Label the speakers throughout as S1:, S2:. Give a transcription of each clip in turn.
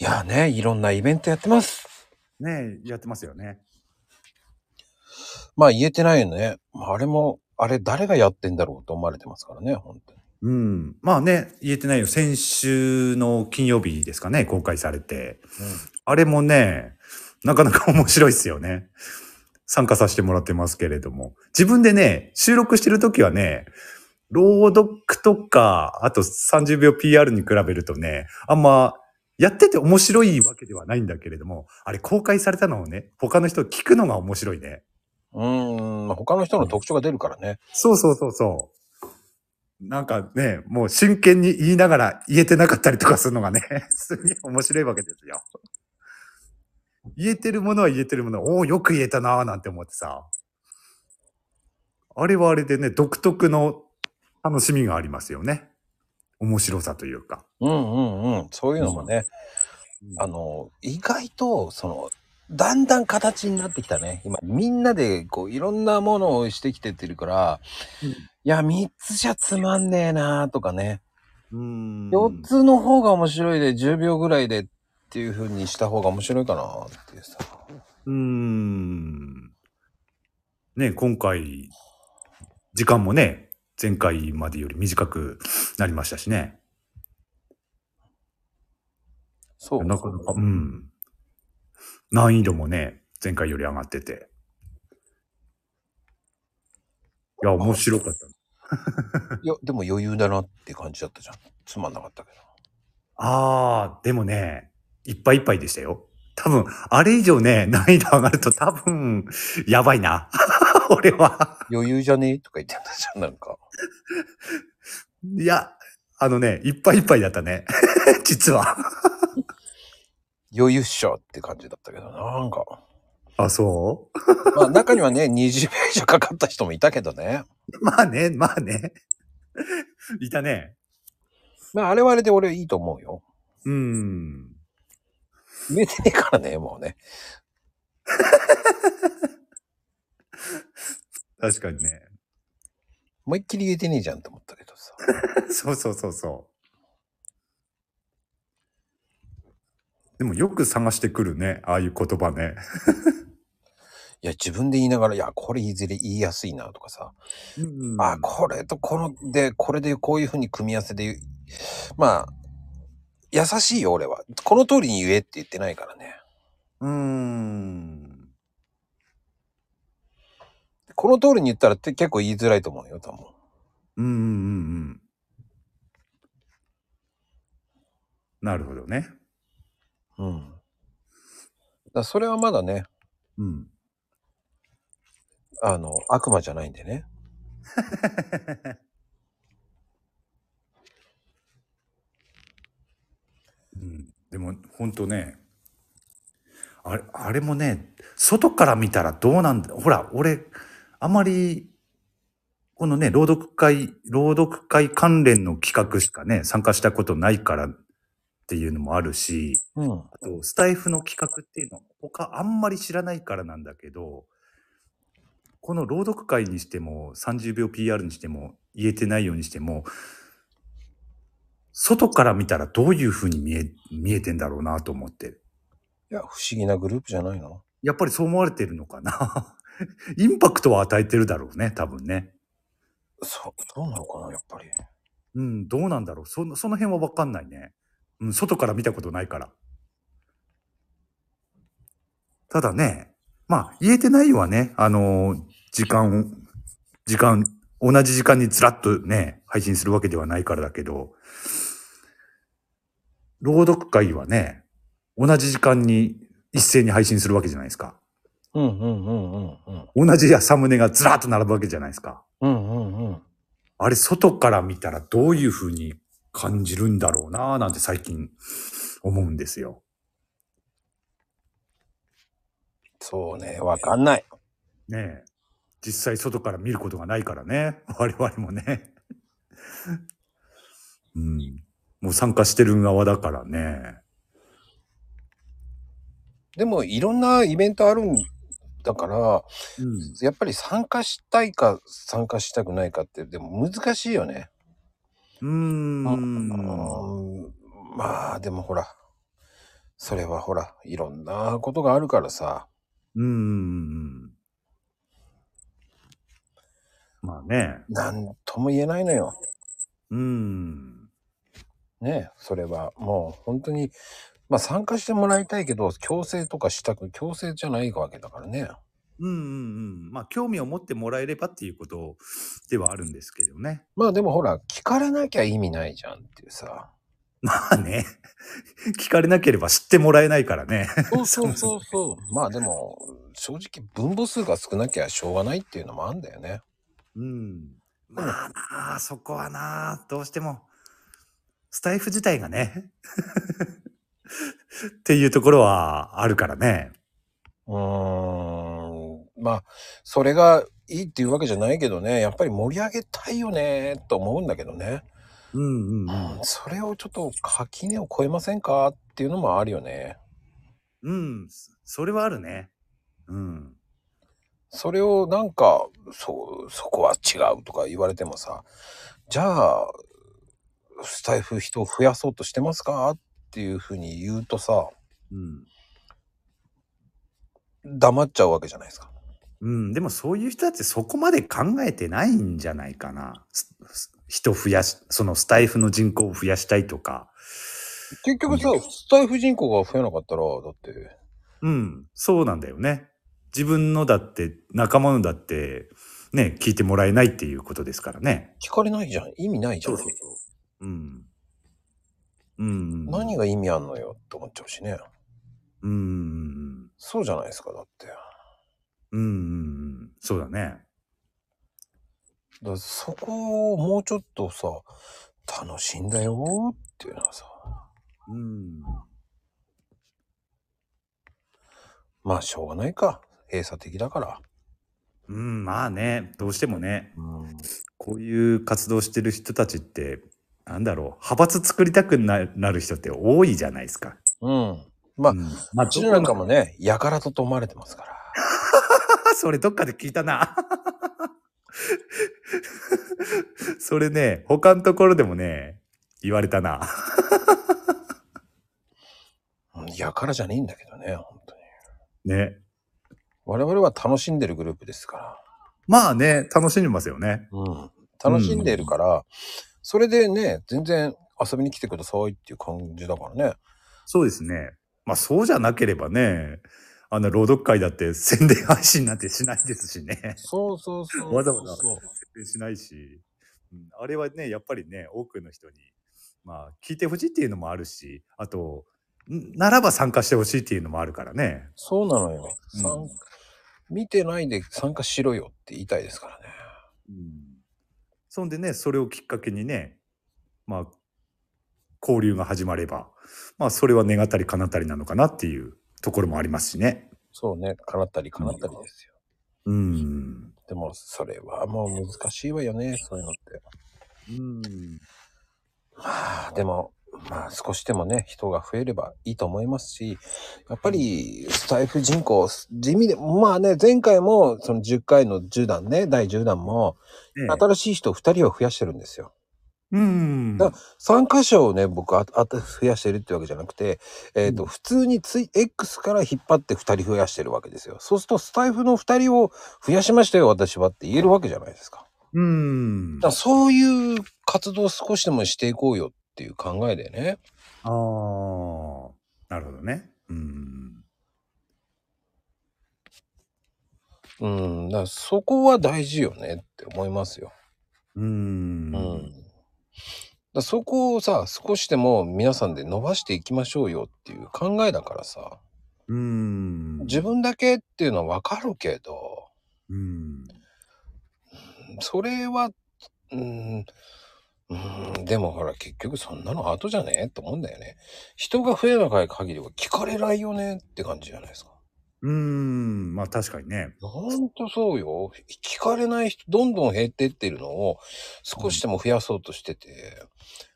S1: いやーね、いろんなイベントやってます。
S2: ねえ、やってますよね。
S1: まあ言えてないよね。あれも、あれ誰がやってんだろうと思われてますからね、本当に。
S2: うん。まあね、言えてないよ。先週の金曜日ですかね、公開されて。あれもね、なかなか面白いっすよね。参加させてもらってますけれども。自分でね、収録してる時はね、朗読とか、あと30秒 PR に比べるとね、あんま、やってて面白いわけではないんだけれども、あれ公開されたのをね、他の人聞くのが面白いね。
S1: うん。うーん、まあ、他の人の特徴が出るからね。
S2: そうそうそうそう。なんかね、もう真剣に言いながら言えてなかったりとかするのがね、 すげえ面白いわけですよ。言えてるものは言えてるもの、おお、よく言えたなーなんて思ってさ。あれはあれでね、独特の楽しみがありますよね。面白さというか。
S1: うんうんうん。そういうのもね、あの、意外と、その、だんだん形になってきたね。今、みんなで、こう、いろんなものをしてきてってるから、
S2: うん
S1: いや、3つじゃつまんねえなーとかね。
S2: うーん。
S1: 4つの方が面白いで、10秒ぐらいでっていう風にした方が面白いかなーっていうさ。
S2: うーん。ね、今回、時間もね、前回までより短くなりましたしね。
S1: そう。
S2: なかなか、うん。難易度もね、前回より上がってて。いや、面白かった。
S1: いや、でも余裕だなって感じだったじゃん。つまんなかったけど。
S2: あー、でもね、いっぱいいっぱいでしたよ。多分、あれ以上ね、難易度上がると多分、やばいな。 俺は。
S1: 余裕じゃねえとか言ってたじゃん、なんか。
S2: いや、あのね、いっぱいいっぱいだったね。 実は。
S1: 余裕っしょって感じだったけど、なんか。
S2: あ、そう
S1: まあ中にはね、20秒 以上かかった人もいたけどね。
S2: まあね、まあね。いたね。
S1: まああれはあれで俺いいと思うよ。
S2: うん。
S1: 見えてねえからね、もうね。
S2: 確かにね。
S1: 思いっきり言えてねえじゃんと思ったけどさ。
S2: そうそうそうそう。でもよく探してくるね。ああいう言葉ね。
S1: いや、自分で言いながら、いや、これいずれ言いやすいなとかさ。
S2: うん
S1: あ、これとこの、で、これでこういう風に組み合わせで言う。まあ、優しいよ、俺は。この通りに言えって言ってないからね。
S2: うーん。
S1: この通りに言ったらって結構言いづらいと思うよ、多分。
S2: うんうんうんうん。なるほどね。
S1: うん。だからそれはまだね、
S2: うん。
S1: あの、悪魔じゃないんでね。
S2: うんでも本当ねあれあれもね外から見たらどうなんだほら俺あまりこのね朗読会朗読会関連の企画しかね参加したことないからっていうのもあるし
S1: うん。
S2: あとスタイフの企画っていうのは他あんまり知らないからなんだけどこの朗読会にしても30秒 PR にしても言えてないようにしても外から見たらどういうふうに見え見えてんだろうなと思って
S1: いや、不思議なグループじゃないの
S2: やっぱりそう思われてるのかなインパクトは与えてるだろうね多分ね
S1: そう、そうなのかな、やっぱり。
S2: うんどうなんだろうそのその辺は分かんないね、うん、外から見たことないからただね、まあ、言えてないはね、あのー時間を、時間、同じ時間にずらっとね、配信するわけではないからだけど、朗読会はね、同じ時間に一斉に配信するわけじゃないですか。
S1: うんうんうんうんうん。
S2: 同じやサムネがずらっと並ぶわけじゃないですか。
S1: うんうんうん。
S2: あれ、外から見たらどういうふうに感じるんだろうなぁなんて最近思うんですよ。
S1: そうね、わかんない。
S2: ねえ。実際外から見ることがないからね。 我々もね。 うん。もう参加してる側だからね。
S1: でも、いろんなイベントあるんだから、
S2: うん。
S1: やっぱり参加したいか、参加したくないかって、でも難しいよね。
S2: うーん。
S1: うんまあ、でもほら、それはほら、いろんなことがあるからさ。
S2: うんうんうんうん。まあね。
S1: なんとも言えないのよ。
S2: うん。
S1: ねそれは。もう本当に、まあ参加してもらいたいけど、強制とかしたく、強制じゃないわけだからね。
S2: うんうんうん。まあ、興味を持ってもらえればっていうことではあるんですけどね。
S1: まあでもほら、聞かれなきゃ意味ないじゃんっていうさ。
S2: まあね。聞かれなければ知ってもらえないからね。
S1: そうそうそうそう。まあでも、正直分母数が少なきゃしょうがないっていうのもあるんだよね。
S2: うん。まあなあ、そこはなあ、どうしても、スタイフ自体がね。 っていうところはあるからね。
S1: うーん。まあ、それがいいっていうわけじゃないけどね、やっぱり盛り上げたいよね、と思うんだけどね。
S2: うんうんう
S1: うん
S2: ん。、
S1: それをちょっと垣根を越えませんかっていうのもあるよね。
S2: うん。それはあるね。うん。
S1: それをなんか、そう、そこは違うとか言われてもさ、じゃあ、スタイフ人を増やそうとしてますかっていうふうに言うとさ、
S2: うん。
S1: 黙っちゃうわけじゃないですか。
S2: うん。でもそういう人たちそこまで考えてないんじゃないかな。すす人増やし、そのスタイフの人口を増やしたいとか。
S1: 結局さ、スタイフ人口が増えなかったら、だって、
S2: うん。そうなんだよね。自分のだって、仲間のだって、ね、聞いてもらえないっていうことですからね。
S1: 聞かれないじゃん。意味ないじゃん。
S2: う。うん。うん。
S1: 何が意味あんのよって思っちゃうしね。
S2: うん。
S1: そうじゃないですか、だって。だか
S2: うんうん。そうだね。
S1: らそこをもうちょっとさ、楽しんだよっていうのはさ、
S2: うん。
S1: まあしょうがないか。閉鎖的だから。
S2: うん、まあね、どうしてもね、
S1: うん。
S2: こういう活動してる人たちって、なんだろう、派閥作りたくななる人って多いじゃないですか。
S1: うん。まあ
S2: う、ん、まあ、
S1: うちなんかもね、やからとと思われてますから。
S2: それどっかで聞いたな。 それね、他のところでもね、言われたな。
S1: うんやからじゃねえんだけどね、本当に。
S2: ね。
S1: 我々は楽しんでるグループですから。
S2: まあね、楽しんでますよね。
S1: うん。楽しんでいるから、それでね、全然遊びに来てくださいっていう感じだからね。
S2: そうですね。まあそうじゃなければね、あの朗読会だって宣伝配信なんてしないですしね。
S1: そうそうそうそう。
S2: わざわざ
S1: そう
S2: 宣伝しないし、うんあれはね、やっぱりね、多くの人に、まあ聞いてほしいっていうのもあるし、あと、んならば参加してほしいっていうのもあるからね。
S1: そうなのよ、
S2: うん
S1: 参見てないで参加しろよって言いたいですからね。
S2: うんそんでね、それをきっかけにね、まあ、交流が始まれば、まあ、それは願ったり叶ったりなのかなっていうところもありますしね。
S1: そうね、叶ったり叶ったりですよ。
S2: うん。
S1: でも、それはもう難しいわよね、そういうのって。
S2: うん。
S1: まあ、でも、まあ少しでもね、人が増えればいいと思いますし、やっぱりスタイフ人口、地味で、まあね、前回もその10回の10弾ね、第10弾も、
S2: ね
S1: 新しい人2人を増やしてるんですよ。
S2: うん。
S1: だ参加者をね、僕あ、あと増やしてるってわけじゃなくて、えっ、と、
S2: うん
S1: 普通にツイ X から引っ張って2人増やしてるわけですよ。そうすると、スタイフの2人を増やしましたよ、私はって言えるわけじゃないですか。
S2: うん。
S1: だからそういう活動を少しでもしていこうよっていう考えでね。
S2: ああ。なるほどね。うん。
S1: うん、だからそこは大事よねって思いますよ。
S2: う。
S1: うんん。だからそこをさ、少しでも皆さんで伸ばしていきましょうよっていう考えだからさ、
S2: うん。
S1: 自分だけっていうのはわかるけど、
S2: うん。
S1: それは、うーん、うーん、でもほら結局そんなの後じゃねえと思うんだよね。人が増えない限りは聞かれないよねって感じじゃないですか。
S2: うん。まあ、確かにね。
S1: ほんとそうよ。聞かれない人、どんどん減ってってるのを少しでも増やそうとしてて、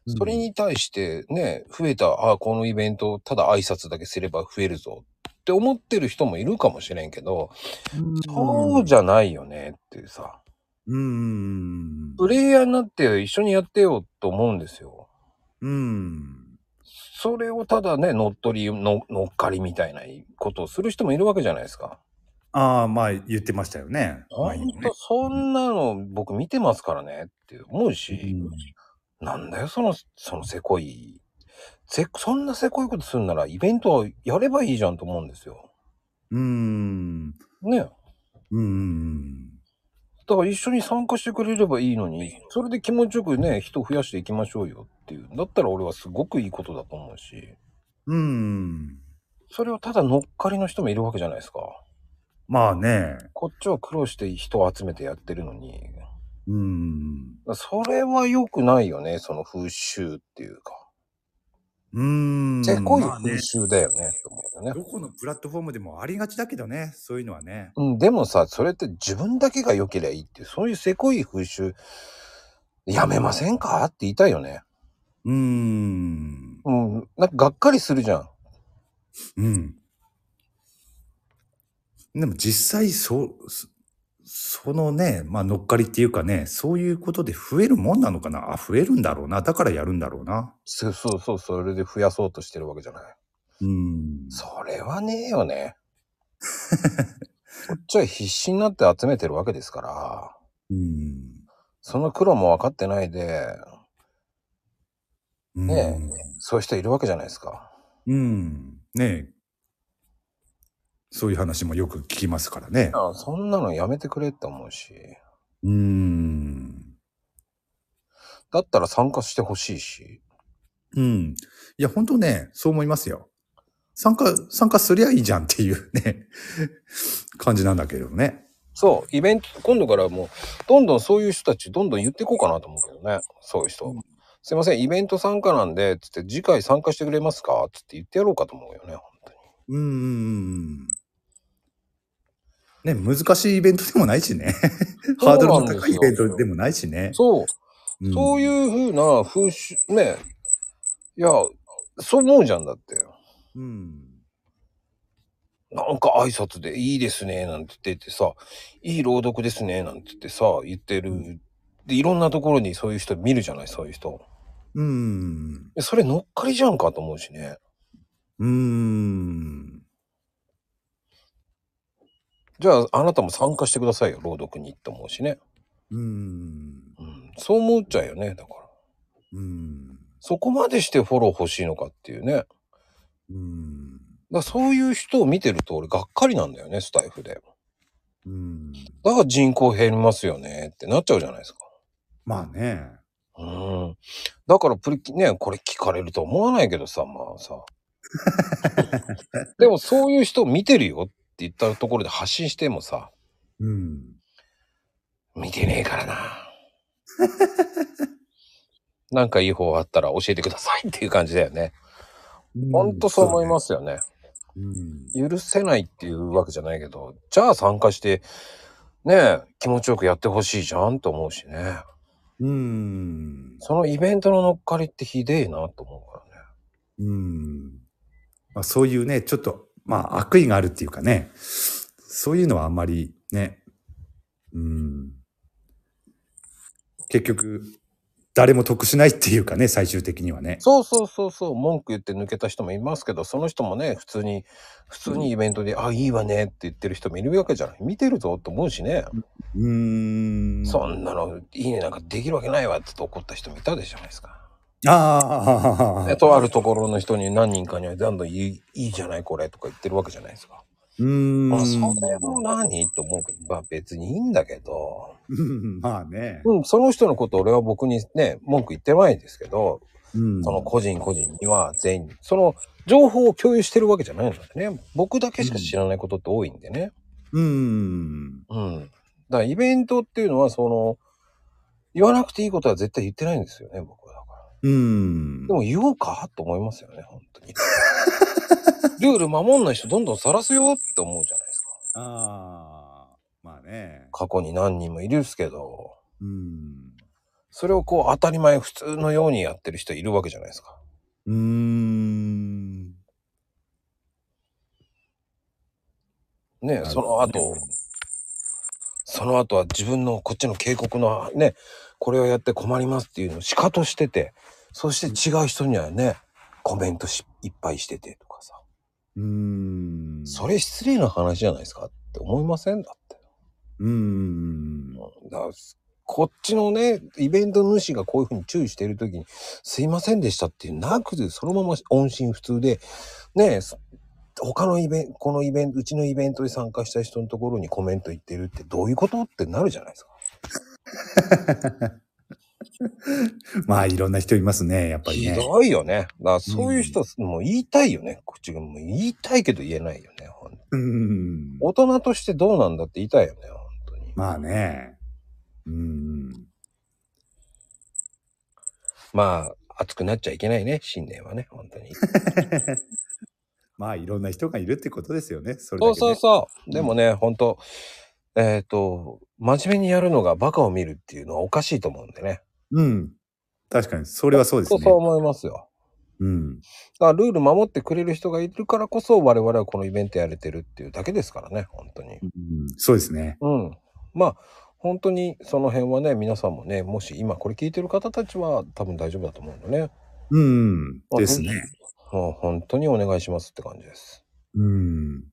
S1: それに対してね、増えた、ああ、このイベント、ただ挨拶だけすれば増えるぞって思ってる人もいるかもしれんけど、
S2: うん、
S1: そうじゃないよねっていうさ、
S2: うん。
S1: プレイヤーになって一緒にやってよと思うんですよ。
S2: うん。
S1: それをただね、乗っ取りの、乗っかりみたいなことをする人もいるわけじゃないですか。
S2: ああ、まあ言ってましたよね。
S1: ほ
S2: 前に
S1: ん
S2: もね
S1: と、そんなの僕見てますからねって思うし、なんだよ、その、そのせこい。せ、そんなせこいことするなら、イベントはやればいいじゃんと思うんですよ。
S2: うん。
S1: ね。
S2: うん。うん。
S1: だから一緒に参加してくれればいいのに、それで気持ちよくね、人増やしていきましょうよっていう。だったら俺はすごくいいことだと思うし、
S2: うん。
S1: それをただ乗っかりの人もいるわけじゃないですか。
S2: まあね。
S1: こっちは苦労して人を集めてやってるのに、
S2: うん。
S1: それは良くないよね、その風習っていうか。
S2: うん。
S1: せこい
S2: まあね
S1: 風習だよね、と思うよね。
S2: どこのプラットフォームでもありがちだけどね、そういうのはね。
S1: うん、でもさ、それって自分だけが良ければいいっていう、そういうせこい風習、やめませんかって言いたいよね。
S2: うーん。
S1: うん、なんかがっかりするじゃん。
S2: うん。でも実際、そう、そそのね、まあ乗っかりっていうかね、そういうことで増えるもんなのかなあ、増えるんだろうな。だからやるんだろうな。
S1: そうそうそう、それで増やそうとしてるわけじゃない。
S2: うん。
S1: それはねえよね。 こっちは必死になって集めてるわけですから。
S2: うん。
S1: その苦労も分かってないで、
S2: うん
S1: ねそういう人いるわけじゃないですか。
S2: うん。ねえ。そういう話もよく聞きますからね。
S1: あそんなのやめてくれって思うし、
S2: うーん。
S1: だったら参加してほしいし、
S2: うん。いや、本当ね、そう思いますよ。参加、参加すりゃいいじゃんっていうね、 感じなんだけどね。
S1: そう、イベント、今度からもう、どんどんそういう人たち、どんどん言っていこうかなと思うけどね、そういう人。
S2: うん
S1: すいません、イベント参加なんで、つって、次回参加してくれますかつって言ってやろうかと思うよね、本当に。
S2: うんうんうんうん。ね、難しいイベントでもないしね。 ハードルの高いイベントでもないしね。
S1: そう、
S2: うん
S1: そういうふうな風習、ね、いや、そう思うじゃんだって。
S2: うん。
S1: なんか挨拶でいいですね、なんて言っててさ、いい朗読ですね、なんて言ってさ、言ってる。で、いろんなところにそういう人見るじゃない、そういう人。
S2: うん。
S1: でそれ乗っかりじゃんかと思うしね。
S2: うん。
S1: じゃあ、あなたも参加してくださいよ、朗読にって思うしね。
S2: うん。
S1: うん。そう思っちゃうよね、だから。
S2: うん。
S1: そこまでしてフォロー欲しいのかっていうね。だか
S2: うん。
S1: らそういう人を見てると俺がっかりなんだよね、スタイフで。
S2: うん。
S1: だから人口減りますよねってなっちゃうじゃないですか。
S2: まあね。
S1: うん。だからプリキ、ね、これ聞かれると思わないけどさ、まあ さ。でもそういう人見てるよって言ったところで発信してもさ、
S2: うん。。
S1: 見てねえから な。なんかいい方あったら教えてくださいっていう感じだよね。ほんとそう思いますすよね。
S2: うん。
S1: 許せないっていうわけじゃないけど、じゃあ参加して、ねえ、気持ちよくやってほしいじゃんと思うしね。
S2: うん。
S1: そのイベントの乗っかりってひでえなと思うからね。
S2: うん。まあ、そういうね、ちょっと、まあ、悪意があるっていうかね、そういうのはあんまりね、うん。結局、誰も得しないっていうかね、最終的にはね。
S1: そうそうそうそう、文句言って抜けた人もいますけど、その人もね、普通に、普通にイベントで、あ、いいわねって言ってる人もいるわけじゃない。見てるぞって思うしね。
S2: うーん。
S1: そんなの、いいねなんかできるわけないわって怒った人もいたでじゃないですか。
S2: あ
S1: で
S2: あ。
S1: とあるところの人に何人かには、どんどんいい、いいじゃないこれとか言ってるわけじゃないですか。
S2: うーん。
S1: あ、それも何と思うけど、まあ別にいいんだけど、
S2: うんまあね。
S1: うん、その人のこと俺は僕にね、文句言ってないですけど、
S2: うん。
S1: その個人個人には全員、その情報を共有してるわけじゃないのでね、僕だけしか知らないことって多いんでね。
S2: うん。
S1: うん。だからイベントっていうのは、その、言わなくていいことは絶対言ってないんですよね、僕はだから。
S2: うん。
S1: でも言おうかと思いますよね、本当に。 ルール守んない人どんどん晒すよって思うじゃないですか。
S2: ああ。まあね。
S1: 過去に何人もいるんですけど、
S2: うん。
S1: それをこう当たり前普通のようにやってる人いるわけじゃないですか。
S2: うーん。
S1: ね
S2: るほど
S1: その後、その後は自分のこっちの警告のね、これをやって困りますっていうのをしかとしてて、そして違う人にはね、コメントしいっぱいしててとかさ。
S2: うーん。
S1: それ失礼な話じゃないですかって思いませんだって。
S2: うーん。
S1: だからこっちのね、イベント主がこういうふうに注意しているときに、すいませんでしたっていうなくて、そのまま音信不通で、ねえ、そ他のイベント、このイベント、うちのイベントに参加した人のところにコメント言ってるってどういうことってなるじゃないですか。
S2: まあ、いろんな人いますね、やっぱり
S1: ひ
S2: ね。
S1: どいよね。だからそういう人、もう言いたいよね。こっちがもう言いたいけど言えないよね。ほんと
S2: うーん。
S1: 大人としてどうなんだって言いたいよね、本当に。
S2: まあね。うーん。
S1: まあ、熱くなっちゃいけないね、新年はね、本当に。
S2: まあ、いろんな人がいるってことですよね。それだ
S1: そ
S2: け
S1: う
S2: ね
S1: そうそう。
S2: うん
S1: でもね、ほんと、えっ、と、真面目にやるのがバカを見るっていうのはおかしいと思うんでね。
S2: うん。確かに、それはそうです
S1: そう
S2: ね。
S1: そう思いますよ。
S2: うん。
S1: だからルール守ってくれる人がいるからこそ我々はこのイベントやれてるっていうだけですからね、本当に
S2: う。んそうですね。
S1: うん。まあ、本当にその辺はね、皆さんもね、もし今これ聞いてる方たちは多分大丈夫だと思うのね。
S2: うん。
S1: あ
S2: ですね。
S1: もう本当にお願いしますって感じです。
S2: うん。